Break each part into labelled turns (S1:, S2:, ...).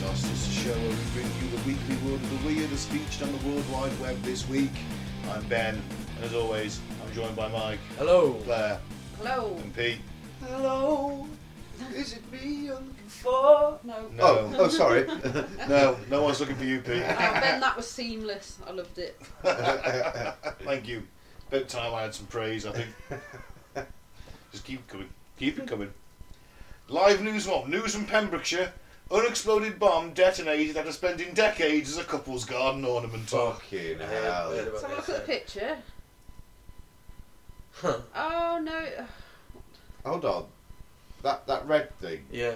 S1: show where we bring you the weekly word of the week that's featured on the World Wide Web this week. I'm Ben, and as always, I'm joined by Mike,
S2: Hello.
S1: Claire,
S3: Hello.
S1: and Pete.
S2: Hello. Is it me you're looking for?
S3: No.
S1: No. Oh, oh, sorry. no, no one's looking for you, Pete.
S3: Oh, Ben, that was seamless. I loved it.
S1: Thank you. About time I had some praise, I think. Just keep coming. Keep it coming. Live news mob, news from Pembrokeshire. Unexploded bomb detonated after spending decades as a couple's garden ornament.
S4: Fucking hell.
S3: Let's have a look at the picture. Oh no.
S4: Hold on. That that red thing.
S2: Yeah.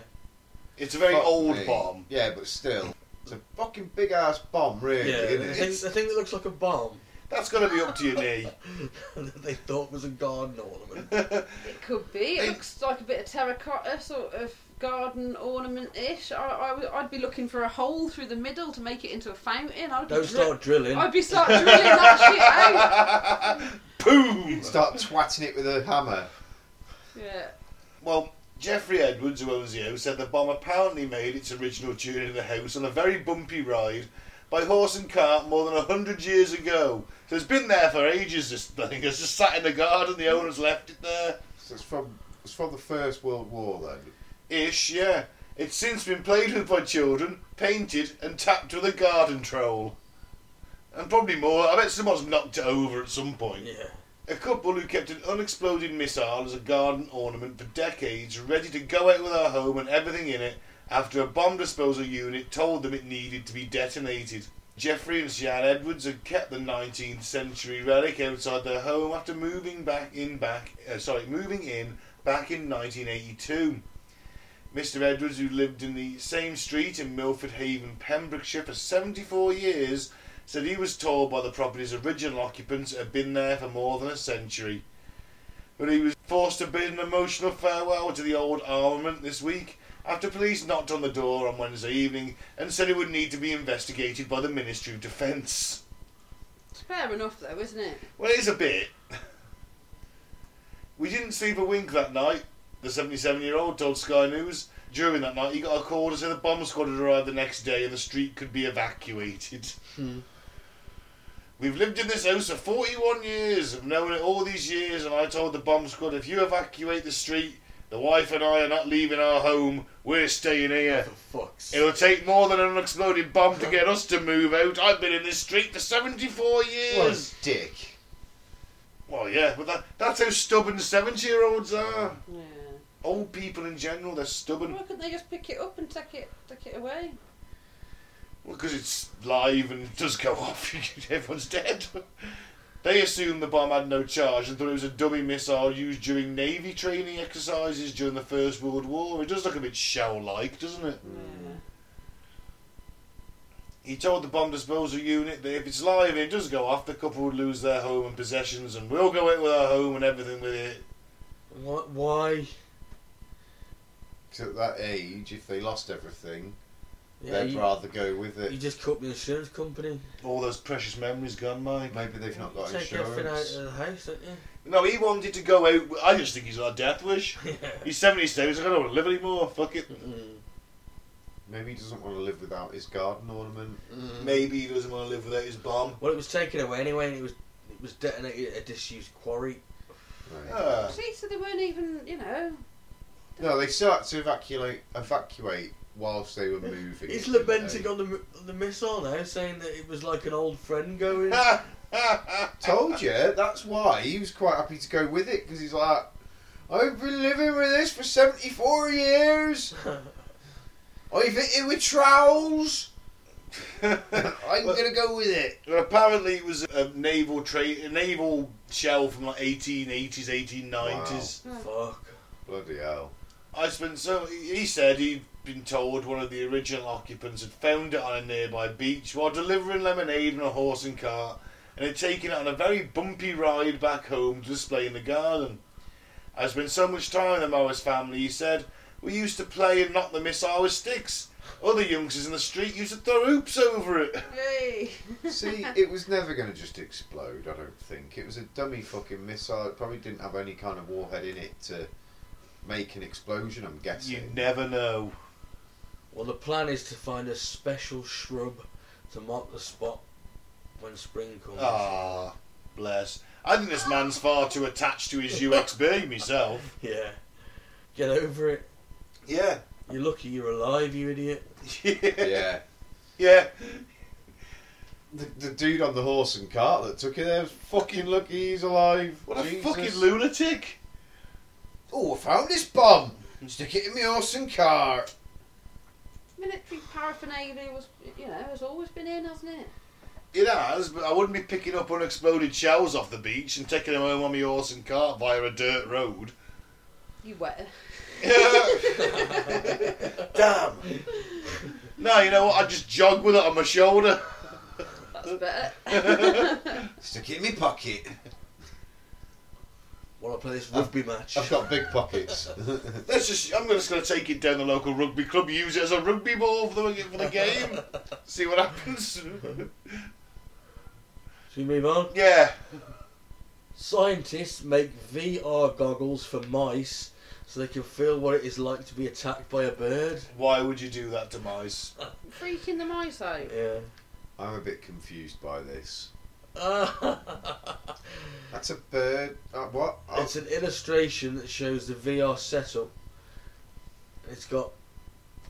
S1: It's a very
S4: Fuck
S1: old
S4: me.
S1: bomb.
S4: Yeah, but still. It's a fucking big ass bomb, really.
S2: Yeah.
S4: isn't
S2: The
S4: it?
S2: thing,
S4: It's-
S2: the thing that looks like a bomb
S1: That's got to be up to your knee.
S2: that they thought was a garden ornament.
S3: It could be. It
S1: It-
S3: looks like a bit of terracotta, sort of garden ornament-ish. I, I, would- I'd be looking for a hole through the middle to make it into a fountain. I'd
S2: Don't
S3: be
S2: start drilling.
S3: I'd be start drilling that
S1: Boom!
S4: Start twatting it with a hammer.
S3: shit out. Yeah.
S1: Well, Jeffrey Edwards, who owns the house, said the bomb apparently made its original journey to the house on a very bumpy ride by horse and cart more than 100 years ago. So it's been there for ages, this thing. It's just sat in the garden, the owner's left it there.
S4: So it's from it's from the First World War then.
S1: Ish, yeah. It's since been played with by children, painted, and tapped with a garden trowel. And probably more. I bet someone's knocked it over at some point.
S2: Yeah.
S1: A couple who kept an unexploded missile as a garden ornament for decades, ready to go out with our home and everything in it, after a bomb disposal unit told them it needed to be detonated. Jeffrey and Sian Edwards had kept the 19th century relic outside their home after moving back in back uh, sorry moving in back in 1982. Mr. Edwards, who lived in the same street in Milford Haven, Pembrokeshire, for 74 years, said he was told by the property's original occupants it had been there for more than a century. But he was forced to bid an emotional farewell to the old armament this week after police knocked on the door on Wednesday evening and said it would need to be investigated by the Ministry of Defence.
S3: It's fair enough though, isn't it?
S1: Well, it is a bit. We didn't sleep a wink that night, the 77 year old told Sky News. During that night, he got a call to say the bomb squad had arrived the next day and the street could be evacuated.
S2: Hmm.
S1: We've lived in this house for 41 years. I've known it all these years, and I told the bomb squad if you evacuate the street, the wife and I are not leaving our home. We're staying here.
S2: For fuck's sake.
S1: It'll take more than an exploded bomb to get us to move out. I've been in this street for 74
S4: What
S1: years.
S4: a dick.
S1: Well, yeah, but that, that's how stubborn 70 year olds are.
S3: Yeah.
S1: Old people in general, they're stubborn.
S3: Why couldn't they just pick it up and take it, take it away?
S1: because it's live and it does go off, everyone's dead. They assumed the bomb had no charge and thought it was a dummy missile used during Navy training exercises during the First World War. It does look a bit shell like, doesn't it?
S3: Yeah.
S1: He told the bomb disposal unit that if it's live and it does go off, the couple would lose their home and possessions and we'll go out with our home and everything with it.
S2: Why? why?
S4: So at that age, if they lost everything,
S2: Yeah,
S4: they'd
S2: you,
S4: rather go with
S2: you
S4: it.
S2: just cut the insurance company.
S1: All those precious memories gone, Mike.
S4: Maybe they've not got
S2: Take everything out
S4: insurance.
S2: of the house, don't you?
S1: No, he wanted to go out. I just think he's on a death wish.
S2: Yeah.
S1: He's 77, he's like, I don't want to live anymore. Fuck it.
S2: Mm.
S4: Maybe he doesn't want to live without his garden ornament.
S2: Mm.
S1: Maybe he doesn't want to live without his bomb.
S2: Well, it was taken away anyway, and it was it was detonated at a disused quarry.
S4: Right.
S1: Ah.
S3: See, so they weren't even, you know.
S4: No, they still had to evacuate evacuate whilst they were moving.
S2: He's
S4: it, didn't
S2: lamenting
S4: they?
S2: on the m- on the missile now, saying that it was like an old friend going.
S1: Ha, ha, ha.
S4: Told you, that's why he was quite happy to go with it because he's like, I've been living with this for seventy four years. I've hit it with trowels. I'm
S1: Well-
S4: gonna go with it.
S1: Well, apparently it was a naval trade, a naval shell from like 1880s, 1890s.
S2: Fuck.
S4: Bloody hell!
S1: I spent so. He said he'd been told one of the original occupants had found it on a nearby beach while delivering lemonade on a horse and cart, and had taken it on a very bumpy ride back home to display in the garden. I spent so much time with the Morris family, he said. We used to play and knock the missile with sticks. Other youngsters in the street used to throw hoops over it.
S3: Hey.
S4: See, it was never gonna just explode. I don't think it was a dummy fucking missile. It probably didn't have any kind of warhead in it to make an explosion. I'm guessing.
S1: You never know.
S5: Well, the plan is to find a special shrub to mark the spot when spring comes.
S1: Ah, bless. I think this man's far too attached to his UXB myself.
S5: Yeah. Get over it.
S1: Yeah.
S5: You're lucky you're alive, you idiot.
S1: yeah.
S4: Yeah.
S1: Yeah.
S4: The, the dude on the horse and cart that took it there was fucking lucky he's alive.
S1: What a
S4: Jesus.
S1: fucking lunatic.
S4: Oh, I found this bomb. Stick it in my horse and cart.
S3: Military paraphernalia was, you know, has always been in, hasn't it?
S1: It has, but I wouldn't be picking up unexploded shells off the beach and taking them home on my horse and cart via a dirt road.
S3: You were.
S1: Damn. No, you know what? I just jog with it on my shoulder.
S3: That's better.
S4: Stick it in my pocket.
S5: While I play this rugby match.
S4: I've got big pockets.
S1: Let's just. I'm just going to take it down the local rugby club, use it as a rugby ball for the, for the game, see what happens.
S5: Should we move on?
S1: yeah.
S5: Scientists make VR goggles for mice so they can feel what it is like to be attacked by a bird.
S1: Why would you do that to mice?
S3: Freaking the mice out.
S5: Yeah.
S4: I'm a bit confused by this.
S5: it's
S4: That's a bird. Uh, what? Oh,
S5: an illustration that shows the VR setup. It's got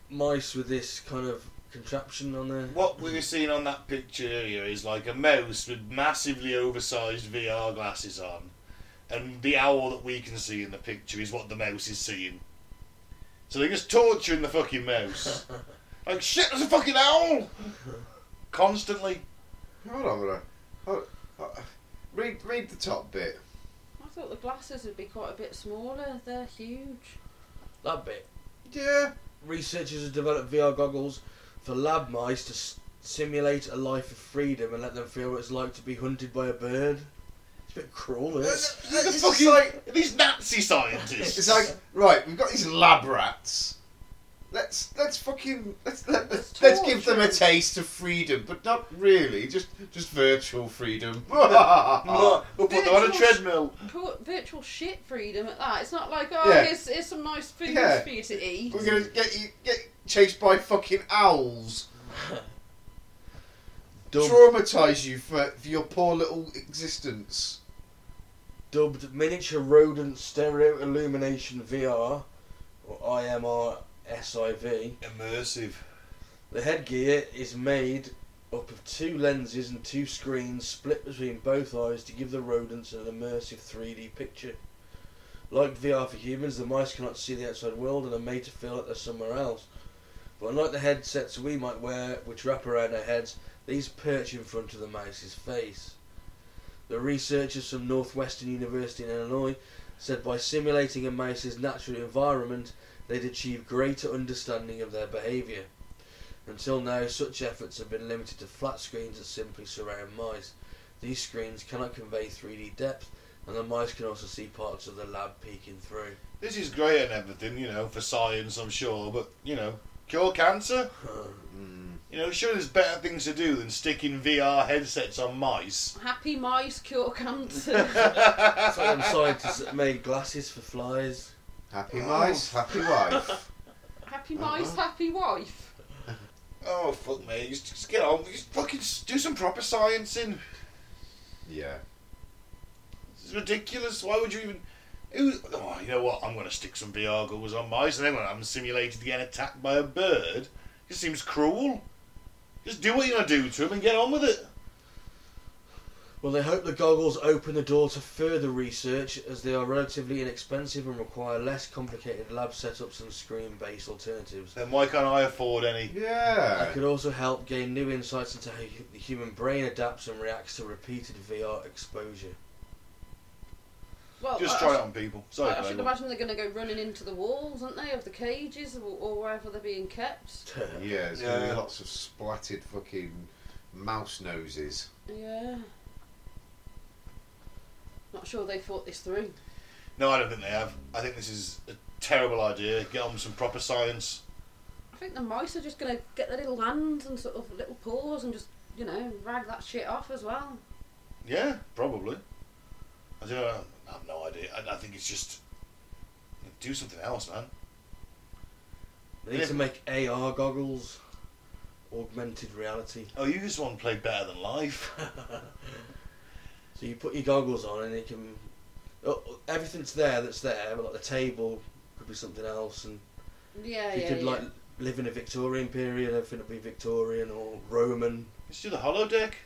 S5: mice with this kind of contraption on there.
S1: What we were seeing on that picture earlier is like a mouse with massively oversized VR glasses on, and the owl that we can see in the picture is what the mouse is seeing. So they're just torturing the fucking mouse. like, shit, there's a fucking owl! Constantly.
S4: hold on, hold on. Hold on. Uh, Read, read the top bit.
S3: I thought the glasses would be quite a bit smaller. They're huge.
S5: That bit.
S4: Yeah.
S5: Researchers have developed VR goggles for lab mice to s- simulate a life of freedom and let them feel what it's like to be hunted by a bird. It's a bit cruel, this.
S1: These are
S4: It's
S1: fucking-
S4: like-
S1: these Nazi scientists.
S4: It's like right. We've got these lab rats. Let's let's fucking let's let,
S3: Let's
S4: let's, let's give
S3: torture
S4: them a
S3: them.
S4: taste of freedom, but not really. Just just virtual freedom.
S1: No, we'll put them on a
S3: Virtual-
S1: treadmill.
S3: Put virtual shit freedom at that. It's not like, oh,
S4: Yeah.
S3: here's, here's some nice food
S4: Yeah.
S3: for you to eat.
S4: We're gonna get you get chased by fucking owls.
S5: Dumb.
S4: Traumatize you for, for your poor little existence.
S5: dubbed Miniature Rodent Stereo Illumination VR, or IMR SIV.
S1: Immersive.
S5: The headgear is made up of two lenses and two screens split between both eyes to give the rodents an immersive 3D picture. Like VR for humans, the mice cannot see the outside world and are made to feel like they're somewhere else. But unlike the headsets we might wear, which wrap around our heads, these perch in front of the mouse's face. The researchers from Northwestern University in Illinois said by simulating a mouse's natural environment, they'd achieve greater understanding of their behaviour. Until now, such efforts have been limited to flat screens that simply surround mice. These screens cannot convey 3D depth, and the mice can also see parts of the lab peeking through.
S1: This is great and everything, you know, for science, I'm sure, but, you know, cure cancer? You know, sure there's better things to do than sticking VR headsets on mice.
S3: Happy mice cure cancer.
S5: It's like them scientists that made glasses for flies.
S4: Happy mice, happy wife.
S3: happy mice,
S1: Uh-huh.
S3: happy wife.
S1: Oh, fuck me. Just, just get on. Just fucking s- do some proper science in.
S4: yeah.
S1: This is ridiculous. Why would you even. Who, oh, you know what? I'm going to stick some VR goggles on mice and then when I'm simulated getting attacked by a bird. It seems cruel. Just do what you're going to do to him and get on with it.
S5: Well, they hope the goggles open the door to further research as they are relatively inexpensive and require less complicated lab setups and screen based alternatives.
S1: Then why can't I afford any?
S5: That
S4: Yeah.
S5: could also help gain new insights into how hu- the human brain adapts and reacts to repeated VR exposure.
S3: Well,
S1: Just
S3: I-
S1: try
S3: I,
S1: it on people. Sorry,
S3: Uh, I should
S1: Gable.
S3: imagine they're going to go running into the walls, aren't they, of the cages or, or wherever they're being kept?
S4: Yeah, there's gonna
S1: Yeah.
S4: be lots of splatted fucking mouse noses.
S3: Yeah. Not sure they thought this through.
S1: No, I don't think they have. I think this is a terrible idea. Get on with some proper science.
S3: I think the mice are just going to get their little hands and sort of little paws and just, you know, rag that shit off as well.
S1: Yeah, probably. I don't know. I have no idea. I, I think it's just do something else, man.
S5: They They need to make AR goggles, augmented reality.
S1: Oh, you just want to play better than life.
S5: So you put your goggles on and it can. oh, oh, Everything's there that's there, but like the table could be something else, and
S3: Yeah,
S5: you
S3: yeah.
S5: could
S3: yeah.
S5: like live in a Victorian period. Everything would be Victorian or Roman.
S1: Let's do the hollow deck.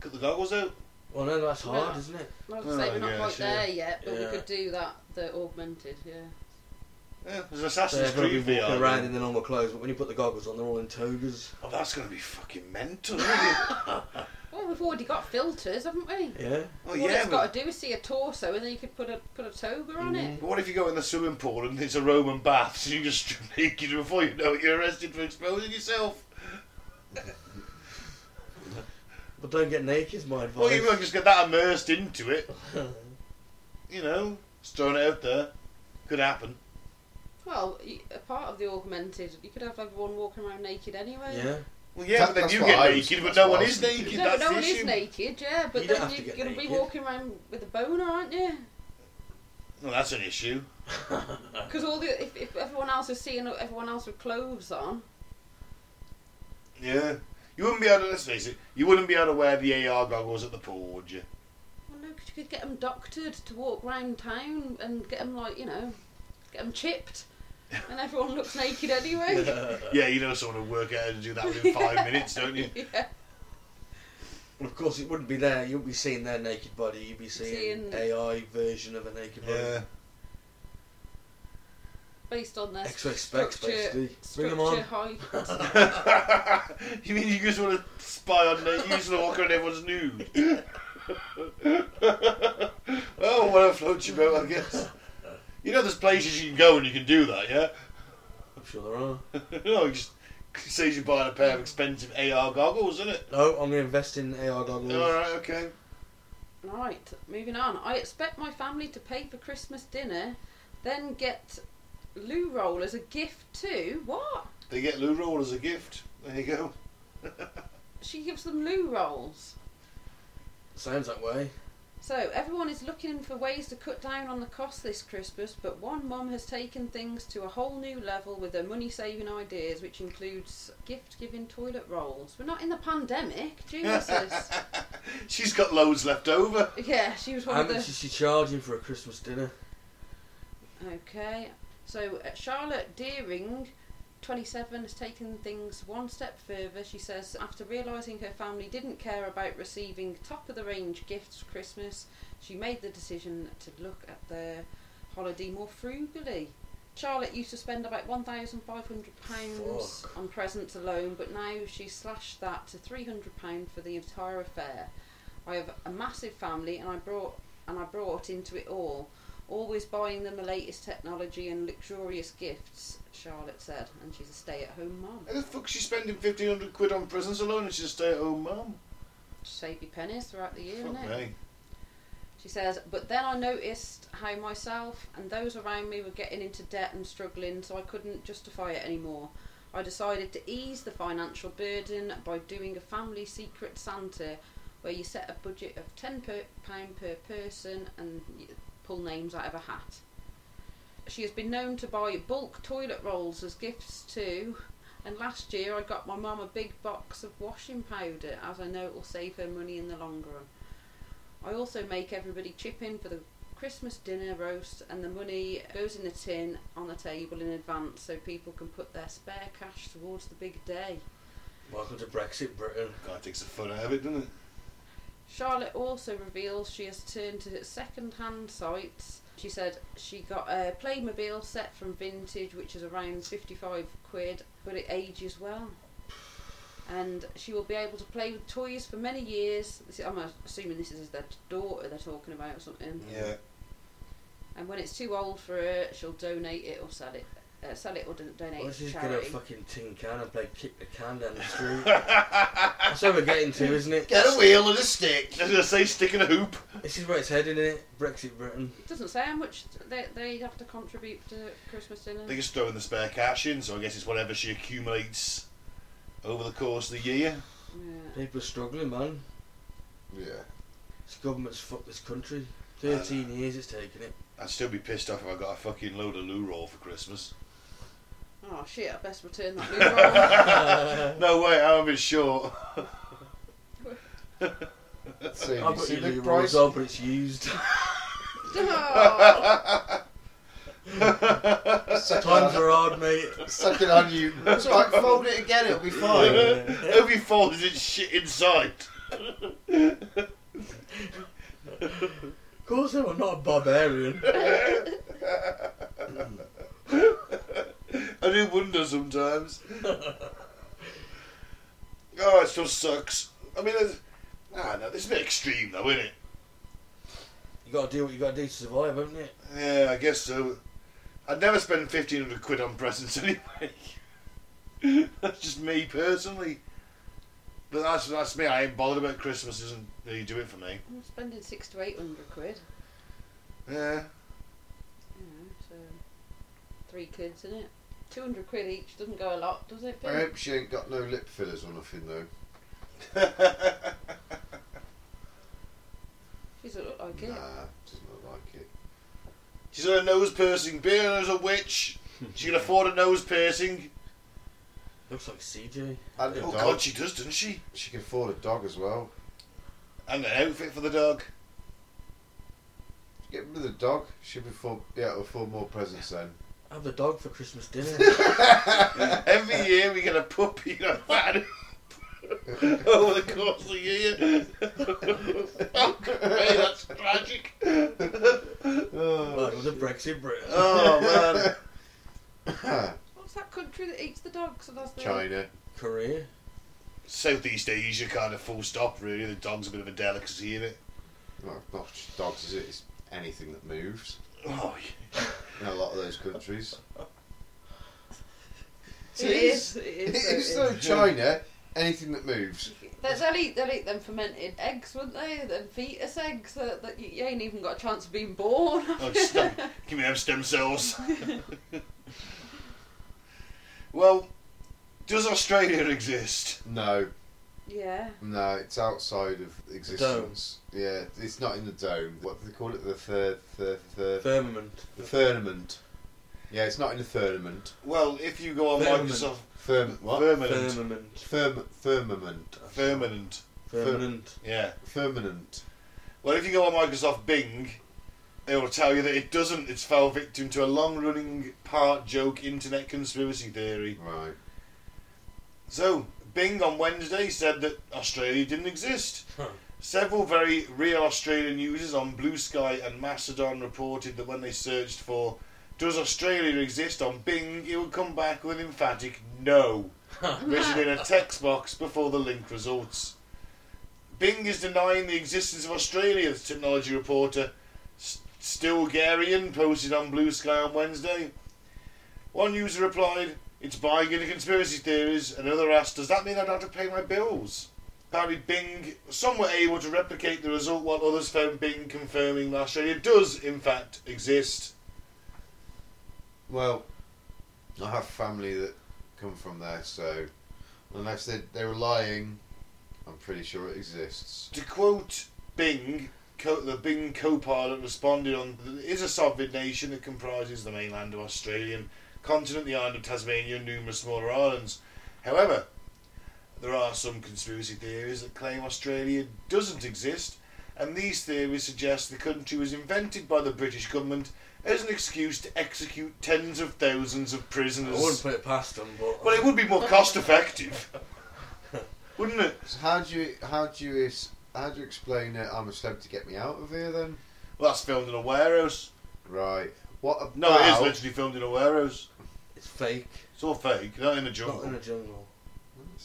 S1: Cut the goggles out.
S5: Well, no, that's
S3: Yeah.
S5: hard, isn't it?
S3: Well, I'd say
S1: Oh,
S3: we're not
S1: yeah,
S3: quite
S1: sure.
S3: there yet, but
S5: Yeah.
S3: we could do that. The augmented, yeah.
S1: Yeah, there's an
S5: So
S1: Assassin's
S5: everyone
S1: Creed
S5: would be walking
S1: VR.
S5: around
S1: Around
S5: in their normal clothes, but when you put the goggles on, they're all in togas.
S1: Oh, that's going to be fucking mental, isn't it?
S3: Well, we've already got filters, haven't we?
S5: Yeah.
S1: Oh,
S3: All
S1: yeah.
S3: it's
S1: But,
S3: got to do is see a torso, and then you could put a put a toga on it.
S1: but what if you go in the swimming pool and it's a Roman bath, so you just strip naked and before you know it, you're arrested for exposing yourself?
S5: But don't get naked, is my advice.
S1: Well, you might just get that immersed into it. You know, just throwing it out there. Could happen.
S3: Well, y- a part of the augmented, you could have everyone walking around naked anyway.
S5: yeah.
S1: Well, yeah,
S4: That-
S1: but then
S4: that's
S1: you
S4: what
S1: get
S4: I was-
S1: naked, but
S4: that's
S1: no
S4: what
S1: one
S4: I
S1: is
S4: was thinking.
S1: naked.
S3: No,
S1: that's
S3: no
S1: the
S3: one
S1: issue.
S3: is naked, yeah, but
S5: You don't
S3: then
S5: have to get
S3: you're going to be
S5: naked.
S3: walking around with a boner, aren't you?
S1: Well, that's an issue.
S5: Uh-huh.
S3: Because all the if, if everyone else is seeing everyone else with clothes on,
S1: Yeah. You wouldn't be able to, let's face it, you wouldn't be able to wear the AR goggles at the pool, would you?
S3: well, no, 'cause you could get them doctored to walk round town and get them like you know, get them chipped, and everyone looks naked anyway.
S1: Yeah, you know someone will work out how to do that within five minutes, don't you?
S3: yeah,
S5: And of course, it wouldn't be there. You wouldn't be seeing their naked body. You'd be seeing,
S3: Seeing-
S5: AI version of a naked body.
S1: Yeah.
S3: based on their
S5: X-ray specs,
S3: structure,
S5: basically. Bring
S3: structure
S5: 'em on.
S3: height.
S1: you mean you just want to spy on the you just want to walk around everyone's nude? oh, well, I float your boat, I guess. You know, there's places you can go and you can do that, yeah?
S5: I'm sure there are.
S1: no, it Oh, just says you're buying a pair of expensive AR goggles, isn't it?
S5: No, I'm going to invest in AR
S4: Mm.
S5: goggles.
S1: Alright, okay.
S3: Right, moving on. I expect my family to pay for Christmas dinner, then get loo roll as a gift too. What?
S1: They get loo roll as a gift. There you go.
S3: She gives them loo rolls.
S5: Sounds that way.
S3: So everyone is looking for ways to cut down on the cost this Christmas, but one mum has taken things to a whole new level with her money-saving ideas, which includes gift-giving toilet rolls. We're not in the pandemic, Jesus.
S1: She's got loads left over.
S3: yeah, she was one
S5: How
S3: of the.
S5: much is she charging for a Christmas dinner?
S3: Okay, so uh, Charlotte Deering, 27, has taken things one step further. She says, after realising her family didn't care about receiving top of the range gifts for Christmas, she made the decision to look at their holiday more frugally. Charlotte used to spend about £1,500
S5: Fuck.
S3: on presents alone, but now she's slashed that to £300 for the entire affair. I have a massive family and I brought and I brought into it all always buying them the latest technology and luxurious gifts, Charlotte said, and she's a stay at home mum.
S1: How the fuck's she spending 1500 quid on prisons alone and she's a stay at home mum?
S3: Save your pennies throughout the year,
S1: Fuck
S3: innit?
S1: me.
S3: She says, but then I noticed how myself and those around me were getting into debt and struggling, so I couldn't justify it anymore. I decided to ease the financial burden by doing a family secret Santa where you set a budget of £10 per, pound per person and you pull names out of a hat. She has been known to buy bulk toilet rolls as gifts too, and last year I got my mum a big box of washing powder as I know it will save her money in the long run. I also make everybody chip in for the Christmas dinner roast, and the money goes in a tin on the table in advance so people can put their spare cash towards the big day.
S5: Welcome to Brexit Britain.
S1: God, takes the fun out of it, doesn't it?
S3: Charlotte also reveals she has turned to second hand sites. She said she got a Playmobil set from Vintage, which is around 55 quid, but it ages well. And she will be able to play with toys for many years. This- I'm assuming this is their daughter they're talking about or something.
S1: Yeah.
S3: And when it's too old for her, she'll donate it or sell it. Uh, sell it or don- donate
S5: Well,
S3: it to
S5: she's got a
S3: charity.
S5: fucking tin can and play kick the can down the street. That's where we're getting to, isn't it?
S4: Get a wheel and a stick.
S1: I was going to say, stick in a hoop.
S5: This is where it's heading, is it? Brexit Britain.
S3: It doesn't say how much they, they have to contribute to Christmas dinner.
S1: They just throw in the spare cash in, so I guess it's whatever she accumulates over the course of the year.
S3: Yeah.
S5: People are struggling, man.
S4: Yeah.
S5: This government's fucked this country.
S4: Uh.
S5: 13 years it's taken it.
S1: I'd still be pissed off if I got a fucking load of loo roll for Christmas.
S3: Oh shit! I best return that loophole.
S1: No way, I'm a bit short.
S4: So,
S5: I've
S4: you
S5: got
S4: see
S5: your
S4: the
S5: Lou Rolls
S4: price?
S5: on, but it's used.
S3: Oh.
S4: Suck it
S5: Times
S4: on-
S5: are hard, mate.
S4: Suck it on you. It's like, fold it again, it'll be fine.
S1: Hope he folds his shit inside.
S5: Of course, I'm not a barbarian.
S1: I do wonder sometimes. oh, it still sucks. I mean, there's, nah, no, this is a bit extreme though, isn't it?
S5: You gotta do what you gotta do to survive, haven't you?
S1: Yeah, I guess so. I'd never spend fifteen hundred quid on presents anyway. that's just me personally. But that's that's me. I ain't bothered about Christmas. Isn't you do it for me?
S3: I'm spending six to eight hundred quid.
S1: Yeah.
S3: You know, so three kids in it. Two hundred quid each doesn't go a lot, does it?
S4: I
S3: Bill?
S4: hope she ain't got no lip fillers or nothing, though.
S3: She doesn't look like it.
S4: Nah, doesn't look like it.
S1: She's got a nose piercing. Being as a witch, she can afford a nose piercing.
S5: Looks like CJ.
S4: And a
S1: Oh
S4: dog.
S1: God, she does, doesn't she?
S4: She can afford a dog as well.
S1: And an outfit for the dog.
S4: Get rid of the dog. She'll be afford, be able to afford more presents then.
S5: Have the dog for Christmas dinner.
S1: Every year we get a puppy and a fat animal over the course of the year. oh, hey, that's tragic.
S5: like with a Brexit Brit.
S1: Oh man.
S3: What's that country that eats the dogs and has the
S4: China.
S5: Korea.
S1: Southeast Asia kind of full stop really. The dog's a bit of a delicacy in it.
S4: Well, not just dogs, is it? It's anything that moves
S1: Oh,
S4: in a lot of those countries.
S3: It is. It is.
S4: It
S3: though,
S4: is
S3: it
S4: though China. Anything that moves.
S3: is. They- They'll eat, they'll eat them fermented eggs, wouldn't they? Them fetus eggs that, that you, you ain't even got a chance of being born.
S1: oh stem, give me them stem cells. well, does Australia exist?
S4: No,
S3: yeah.
S4: no, it's outside of existence. Yeah, it's not in the dome. What do they call it? The third, third, third,
S5: Firmament.
S4: the firmament. Yeah, it's not in the firmament.
S1: Well, if you go on
S5: Firmament.
S1: Microsoft
S4: Firm what?
S1: Firmament.
S5: Firmament.
S4: Firm firmament.
S1: Firmament.
S5: Firmament.
S1: Yeah.
S4: Firmament.
S1: Well, if you go on Microsoft Bing, it will tell you that it doesn't. It's fell victim to a long-running part joke internet conspiracy theory.
S4: Right.
S1: So, Bing on Wednesday said that Australia didn't exist.
S5: Huh.
S1: Several very real Australian users on Blue Sky and Mastodon reported that when they searched for "Does Australia exist?" on Bing, it would come back with an emphatic no, written in a text box before the link results. Bing is denying the existence of Australia, the technology reporter S- Stilgarian posted on Blue Sky on Wednesday. One user replied, It's buying into conspiracy theories. Another asked, Does that mean I'd have to pay my bills? Apparently, Bing, some were able to replicate the result, while others found Bing confirming that Australia does, in fact, exist.
S4: Well, I have family that come from there, so unless they they were lying, I'm pretty sure it exists.
S1: To quote Bing, co- the Bing co pilot responded on "There is a sovereign nation that comprises the mainland of Australian continent, the island of Tasmania, and numerous smaller islands. However, there are some conspiracy theories that claim Australia doesn't exist, and these theories suggest the country was invented by the British government as an excuse to execute tens of thousands of
S5: I
S1: prisoners.
S5: wouldn't put it past them, but.
S1: Well, it would be more cost effective, wouldn't it?
S4: So how do you how do you is how do you explain it? I'm a celeb to get me out of here then.
S1: Well, that's filmed in a warehouse.
S4: Right. What about?
S1: No, it is literally filmed in a warehouse.
S5: It's fake.
S1: It's all fake, not in the
S5: Not in
S1: jungle.
S5: the jungle.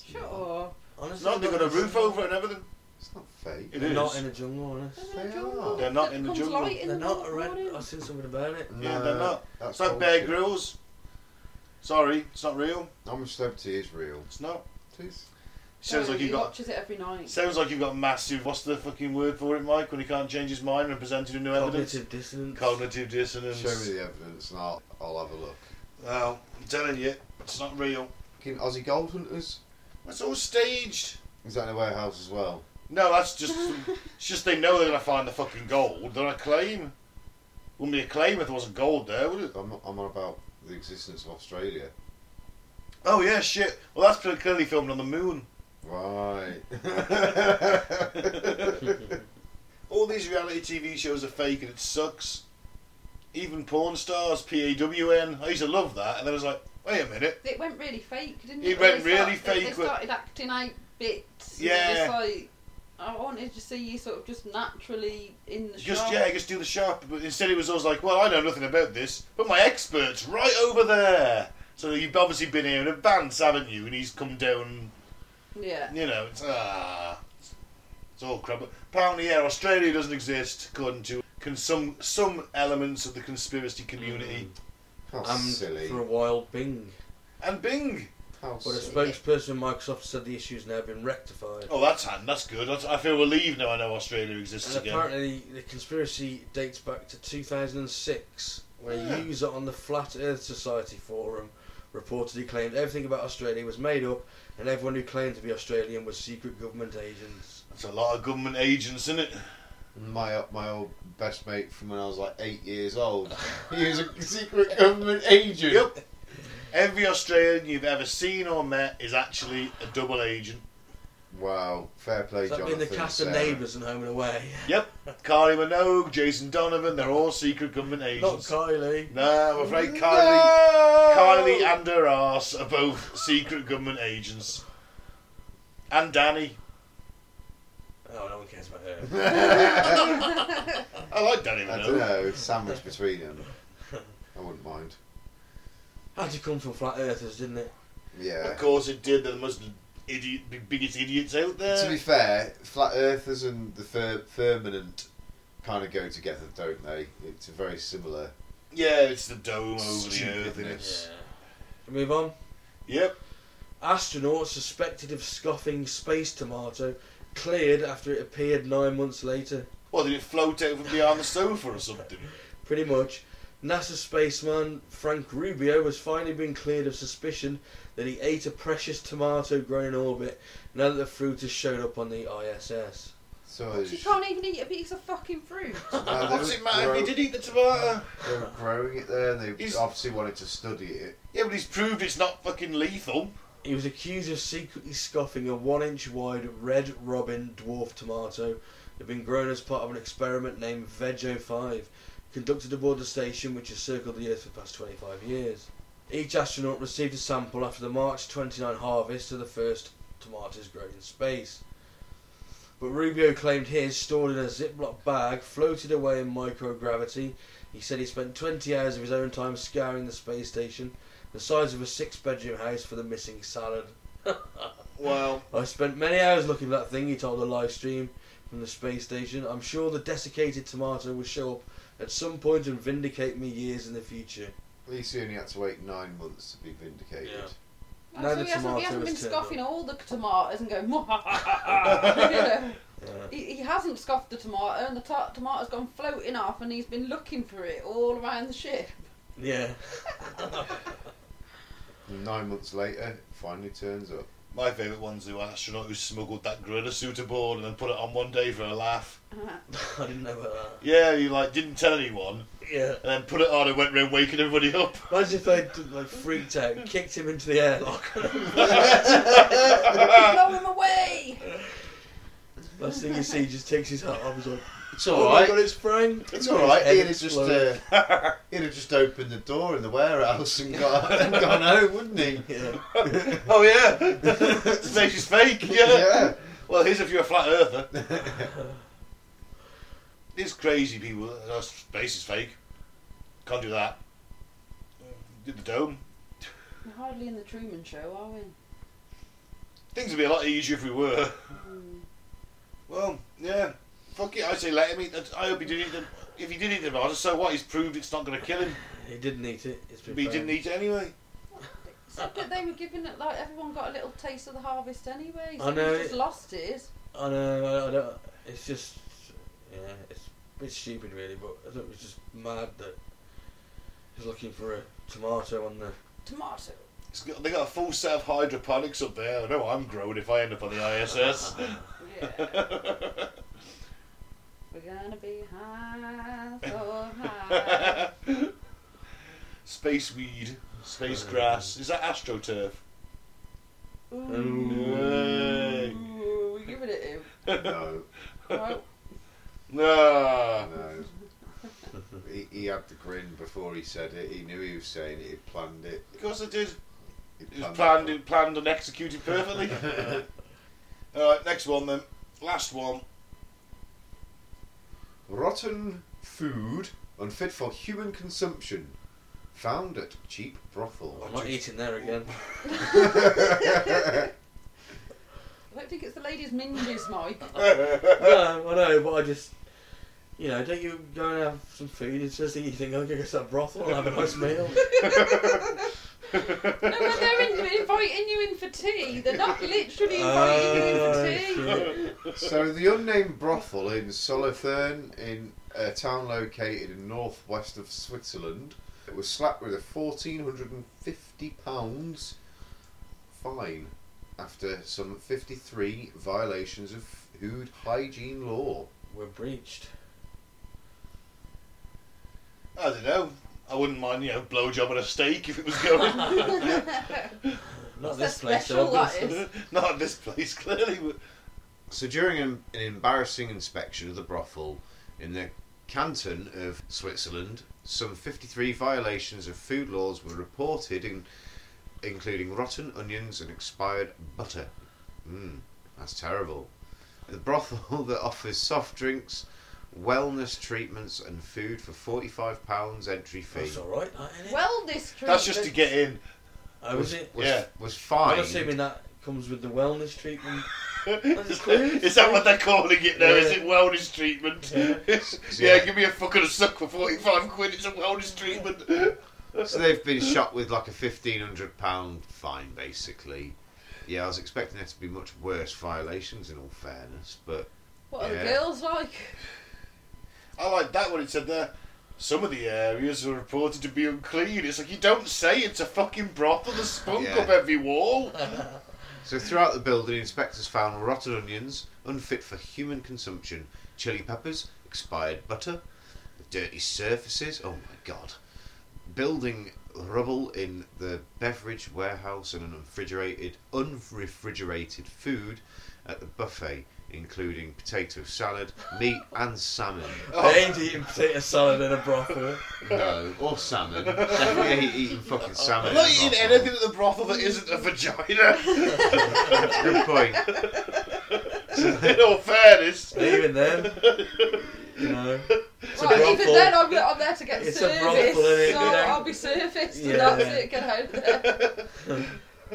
S3: Sure.
S1: It's
S5: Honestly,
S1: not, they've got a roof over it and everything.
S4: It's not fake.
S1: It
S5: They're not
S1: is.
S5: in a jungle, honest.
S4: They
S3: jungle.
S4: are.
S1: They're not
S3: That
S1: in the
S3: comes
S1: jungle.
S3: light in
S5: They're
S3: the
S5: not a red.
S3: morning.
S5: I've seen something about it.
S1: Yeah, they're not.
S4: That's
S1: It's like Bear
S4: bullshit.
S1: Grylls. Sorry, it's not real.
S4: I'm a celebrity is real.
S1: It's not.
S4: It is.
S1: Sounds
S3: No,
S1: like
S3: he
S1: you got.
S3: watches it every night.
S1: Sounds like you've got massive. What's the fucking word for it, Mike? When he can't change his mind and present it in new evidence.
S5: Cognitive dissonance.
S1: Cognitive dissonance.
S4: Show me the evidence and I'll, I'll have a look.
S1: Well, I'm telling you, it's not real.
S4: Fucking Aussie Gold Hunters?
S1: It's all staged.
S4: Is that in a warehouse as well?
S1: No, that's just. it's just they know they're gonna find the fucking gold. They're a claim. Wouldn't be a claim if there wasn't gold there, would it?
S4: I'm, I'm on about the existence of Australia.
S1: Oh yeah, shit. Well, that's pretty clearly filmed on the moon.
S4: Right.
S1: All these reality TV shows are fake, and it sucks. Even porn stars, PAWN. I used to love that, and then I was like, wait a minute.
S3: It went really fake, didn't it?
S1: It
S3: They
S1: went really
S3: start-
S1: fake
S3: They, they
S1: with-
S3: started acting out bits.
S1: Yeah.
S3: It's like, I wanted to see you sort of just naturally in the
S1: Just
S3: shot.
S1: yeah, just do the shop. But instead, it was always like, well, I know nothing about this, but my expert's right over there. So you've obviously been here in advance, haven't you? And he's come down.
S3: Yeah.
S1: You know, it's ah, it's all crap. Apparently, yeah, Australia doesn't exist according to can some some elements of the conspiracy community.
S4: How
S5: and
S4: silly.
S5: for a while, Bing.
S1: And Bing.
S4: How
S5: But a
S4: silly.
S5: spokesperson at Microsoft said the issue's now been rectified.
S1: Oh, that's hand. That's good. That's, I feel relieved now. I know Australia exists
S5: And
S1: again.
S5: apparently, the conspiracy dates back to 2006, where
S1: Yeah.
S5: a user on the Flat Earth Society forum reportedly claimed everything about Australia was made up, and everyone who claimed to be Australian was secret government agents.
S1: That's a lot of government agents, isn't it?
S4: My uh, my old best mate from when I was like eight years old. He was a secret government agent.
S1: Yep. Every Australian you've ever seen or met is actually a double agent.
S4: Wow. Fair play,
S5: Does that
S4: Jonathan.
S5: mean the cast of
S4: Sarah.
S5: Neighbours and Home and Away?
S1: Yep. Kylie Minogue, Jason Donovan, they're all secret government
S5: Not
S1: agents.
S5: Kylie.
S1: no, I'm afraid Kylie,
S4: No!
S1: Kylie and her ass are both secret government agents. And Danny.
S5: Oh, no one cares about her.
S1: I like Danny
S4: I don't
S1: Minogue.
S4: know. It's sandwiched between them. I wouldn't mind.
S5: Had to come from Flat Earthers, didn't it?
S1: Of
S4: Yeah.
S1: course it did. They're the most idiot, the biggest idiots out
S4: To be
S1: there.
S4: fair, flat earthers and the fir- firmament kind of go together, don't they? It's a very similar.
S1: Yeah, it's the dome over the earth. Isn't it?
S4: Stupidness.
S5: Shall we Move on.
S1: Yep.
S5: Astronaut suspected of scoffing space tomato cleared after it appeared nine months later.
S1: What, did it float out from behind the sofa or something?
S5: Pretty much. NASA spaceman Frank Rubio has finally been cleared of suspicion that he ate a precious tomato grown in orbit now that the fruit has shown up on the ISS.
S4: So
S3: You can't even eat a piece of fucking fruit.
S4: No,
S1: What's
S4: Uh, they
S1: it matter if
S4: grow-
S1: he did eat the tomato?
S4: They were growing it there, and they
S1: He's-
S4: obviously wanted to study it.
S1: Yeah, but he's proved it's not fucking lethal.
S5: He was accused of secretly scoffing a one inch wide red robin dwarf tomato that had been grown as part of an experiment named Vego 5, conducted aboard the station which has circled the Earth for the past 25 years. Each astronaut received a sample after the March 29 harvest of the first tomatoes grown in space. But Rubio claimed his, stored in a Ziploc bag, floated away in microgravity. He said he spent 20 hours of his own time scouring the space station the size of a six bedroom house for the missing salad.
S1: Well,
S5: I spent many hours looking for that thing, he told a live stream from the space station. I'm sure the desiccated tomato will show up at some point and vindicate me years in the future.
S4: At least he only had to wait nine months to be vindicated.
S5: Yeah.
S3: Like,
S5: the
S3: so he hasn't,
S5: tomato
S3: he hasn't
S5: has
S3: been
S5: turned
S3: scoffing all the tomatoes and going, "Mwah, ha, ha, ha, ha," you know.
S5: Yeah.
S3: he, he hasn't scoffed the tomato, and the to- tomato's gone floating off, and he's been looking for it all around the ship.
S5: Yeah.
S4: And Nine months later, it finally turns up.
S1: my favourite one's the astronaut who smuggled that gorilla suit aboard and then put it on one day for a laugh.
S5: I didn't know about
S1: Yeah, he like didn't tell anyone
S5: that. Yeah.
S1: and then put it on and went round waking everybody up.
S5: Imagine if they like freaked out, kicked him into the airlock.
S3: Blow him away!
S5: Last thing you see, he just takes his hat off. He's like,
S4: It's
S5: "Oh my god, it's Frank!"
S4: It's all right.
S5: Head
S4: He'd have just
S5: exploded.
S4: uh, he'd have just opened the door in the warehouse and, got, and gone home, wouldn't he?
S5: Yeah.
S1: oh yeah, the station's fake. Yeah. Well, here's if you're a flat earther. It's crazy people. Uh, space is fake. Can't do that. Did the dome.
S3: We're hardly in the Truman Show, are we?
S1: Things would be a lot easier if we were. Well, yeah. Fuck it, I say let him eat. that- I hope he didn't eat them. If he did eat them, I just so what? He's proved it's not going to kill him.
S5: He didn't eat it. It's been
S1: But he didn't
S5: found.
S1: eat it anyway.
S3: Except that they were giving it like everyone got a little taste of the harvest anyway. So
S5: I know
S3: he just
S5: it-
S3: lost his.
S5: I know. I don't. It's just, yeah, it's a bit stupid, really. But I thought it was just mad that he's looking for a tomato on the.
S3: Tomato.
S1: It's got, they got a full set of hydroponics up there. I know I'm growing if I end up on the ISS.
S3: Yeah. We're gonna be high, so high.
S1: Space weed, space grass. Is that astroturf? Oh,
S3: Ooh, we're giving it him.
S4: No,
S3: Well,
S1: no.
S4: no. he, he had the grin before he said it. He knew he was saying it. He planned it.
S1: Of course I did.
S4: He
S1: It was planned,
S4: it.
S1: it planned and executed perfectly. Alright, next one then. Last one.
S4: Rotten food unfit for human consumption. Found at cheap brothel.
S3: Oh,
S5: I'm not eating there again.
S3: I don't think it's the ladies' minges, Mike.
S5: no, I know, but I just, you know, don't you go and have some food? It's just that you think, I'll go get some brothel and have a nice meal.
S3: No, when they're in, inviting you in for tea, they're not literally
S5: Uh,
S3: inviting
S1: Oh,
S3: you in for tea.
S4: so the unnamed brothel in Solothurn, in a town located in northwest of Switzerland, it was slapped with a fourteen hundred and fifty pounds fine after some fifty-three violations of food hygiene law.
S5: We're breached.
S1: I don't know. I wouldn't mind, you know, blowjob and a steak if it was going.
S5: Not
S3: What's
S5: this
S3: that
S5: place,
S3: special
S5: though.
S3: that
S5: obviously.
S3: is?
S1: Not at this place, clearly. But
S4: So during an, an embarrassing inspection of the brothel in the canton of Switzerland, some 53 violations of food laws were reported, in, including rotten onions and expired butter. Mm, that's terrible. The brothel that offers soft drinks, wellness treatments, and food for £45 entry fee
S5: That's alright, that, isn't it?
S3: Well, this treatment.
S1: that's just to get in.
S5: oh, is it?
S4: was,
S1: Yeah.
S4: was
S5: I'm
S4: fined
S5: assuming that comes with the wellness treatment.
S1: is, that,
S5: crazy.
S1: is that what they're calling it now? Is
S5: Yeah.
S1: it wellness treatment?
S5: Yeah.
S1: Yeah.
S4: Yeah.
S1: give me a fucking suck for 45 quid. It's a wellness treatment.
S4: So they've been shot with like a fifteen hundred pound fine, basically. Yeah, I was expecting there to be much worse violations, in all fairness, but
S3: What are
S4: Yeah.
S3: the girls like?
S1: I like that when it said there. Some of the areas are reported to be unclean. It's like you don't say it's a fucking brothel. There's spunk
S4: Yeah.
S1: up every wall.
S4: so throughout the building, inspectors found rotten onions, unfit for human consumption, chili peppers, expired butter, dirty surfaces. Oh my god! Building rubble in the beverage warehouse and an unrefrigerated, unrefrigerated food at the buffet, including potato salad, meat, and salmon.
S5: They
S1: Oh,
S5: ain't eating potato salad in a brothel.
S4: No, or salmon. Oh, Definitely ain't eating fucking salmon.
S1: I'm
S4: in a
S1: not eating
S4: brothel.
S1: anything at the brothel that isn't a vagina.
S4: Good point.
S1: in all fairness.
S5: Even then, you know. It's a
S3: Right, even
S5: brothel.
S3: then, I'm, I'm there to get
S5: It's a
S3: service,
S5: brothel, isn't it?
S3: so
S5: You know?
S3: I'll be serviced, and
S5: Yeah.
S3: that's it. Get out of there.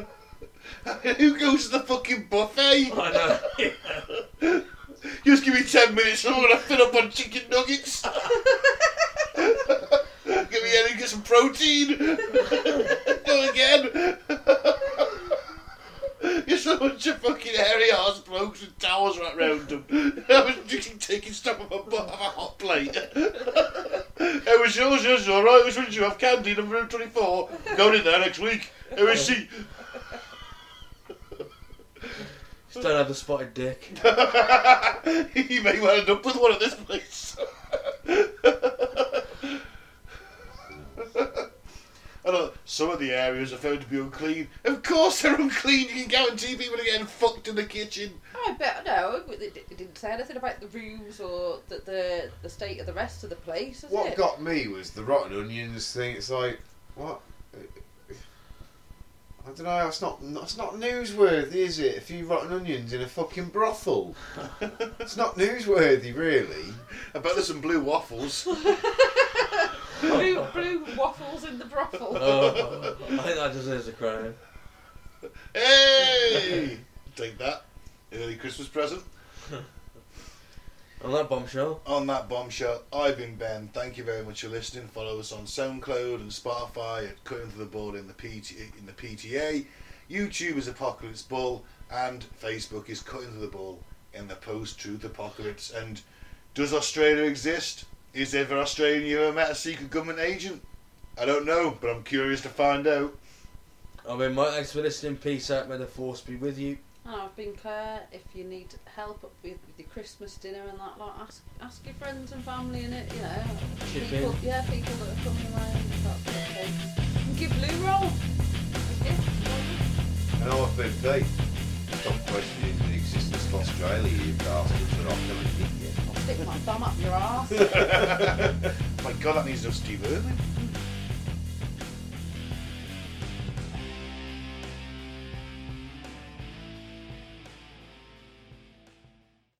S1: Who goes to the fucking buffet?
S5: I know.
S1: Just give me ten minutes and I'm gonna fill up on chicken nuggets. Give me any, get some protein. Go again. You're so much of fucking hairy ass blokes with towels right round them. I was just taking stuff off a, bu- off a hot plate. it was yours, yours, alright. Which one did you have? Candy number 24. Going in there next week. It was she.
S5: Just don't have the spotted dick.
S1: you may well end up with one at this place. I know some of the areas are found to be unclean. Of course they're unclean. You can guarantee people are getting fucked in the kitchen.
S3: I bet no. It, it- it didn't say anything about the rooms or the the, the state of the rest of the place. Is
S4: What
S3: it?
S4: got me was the rotten onions thing. It's like, what? I don't know. That's not. That's not newsworthy, is it? A few rotten onions in a fucking brothel. it's not newsworthy, really.
S1: I bet there's some blue waffles.
S3: blue, blue waffles in the brothel.
S5: Oh, I think that deserves a crown.
S1: hey, take that early Christmas present.
S5: On that bombshell,
S1: On that bombshell, I've been Ben. Thank you very much for listening. Follow us on SoundCloud and Spotify at Cutting for the Ball in the PT, in the PTA. YouTube is Apocalypse Bull, and Facebook is Cutting for the Ball in the Post Truth Apocalypse. And does Australia exist? Is ever Australia you ever met a secret government agent? I don't know, but I'm curious to find out.
S5: I've been Mike. Thanks for listening. Peace out. May the force be with you.
S3: And I've been Claire. Oh, If you need help with the Christmas dinner and that, like ask ask your friends and family and it, you know,
S5: Chip
S3: people,
S5: in.
S3: yeah, people that are coming around. That's okay. And give Lou roll. As a gift, maybe.
S4: Now I've been paid. Stop questioning the existence of Australia, you bastards, and I'll come and get you.
S3: I'll stick my thumb up your ass.
S1: My God, that needs no Steve Irwin.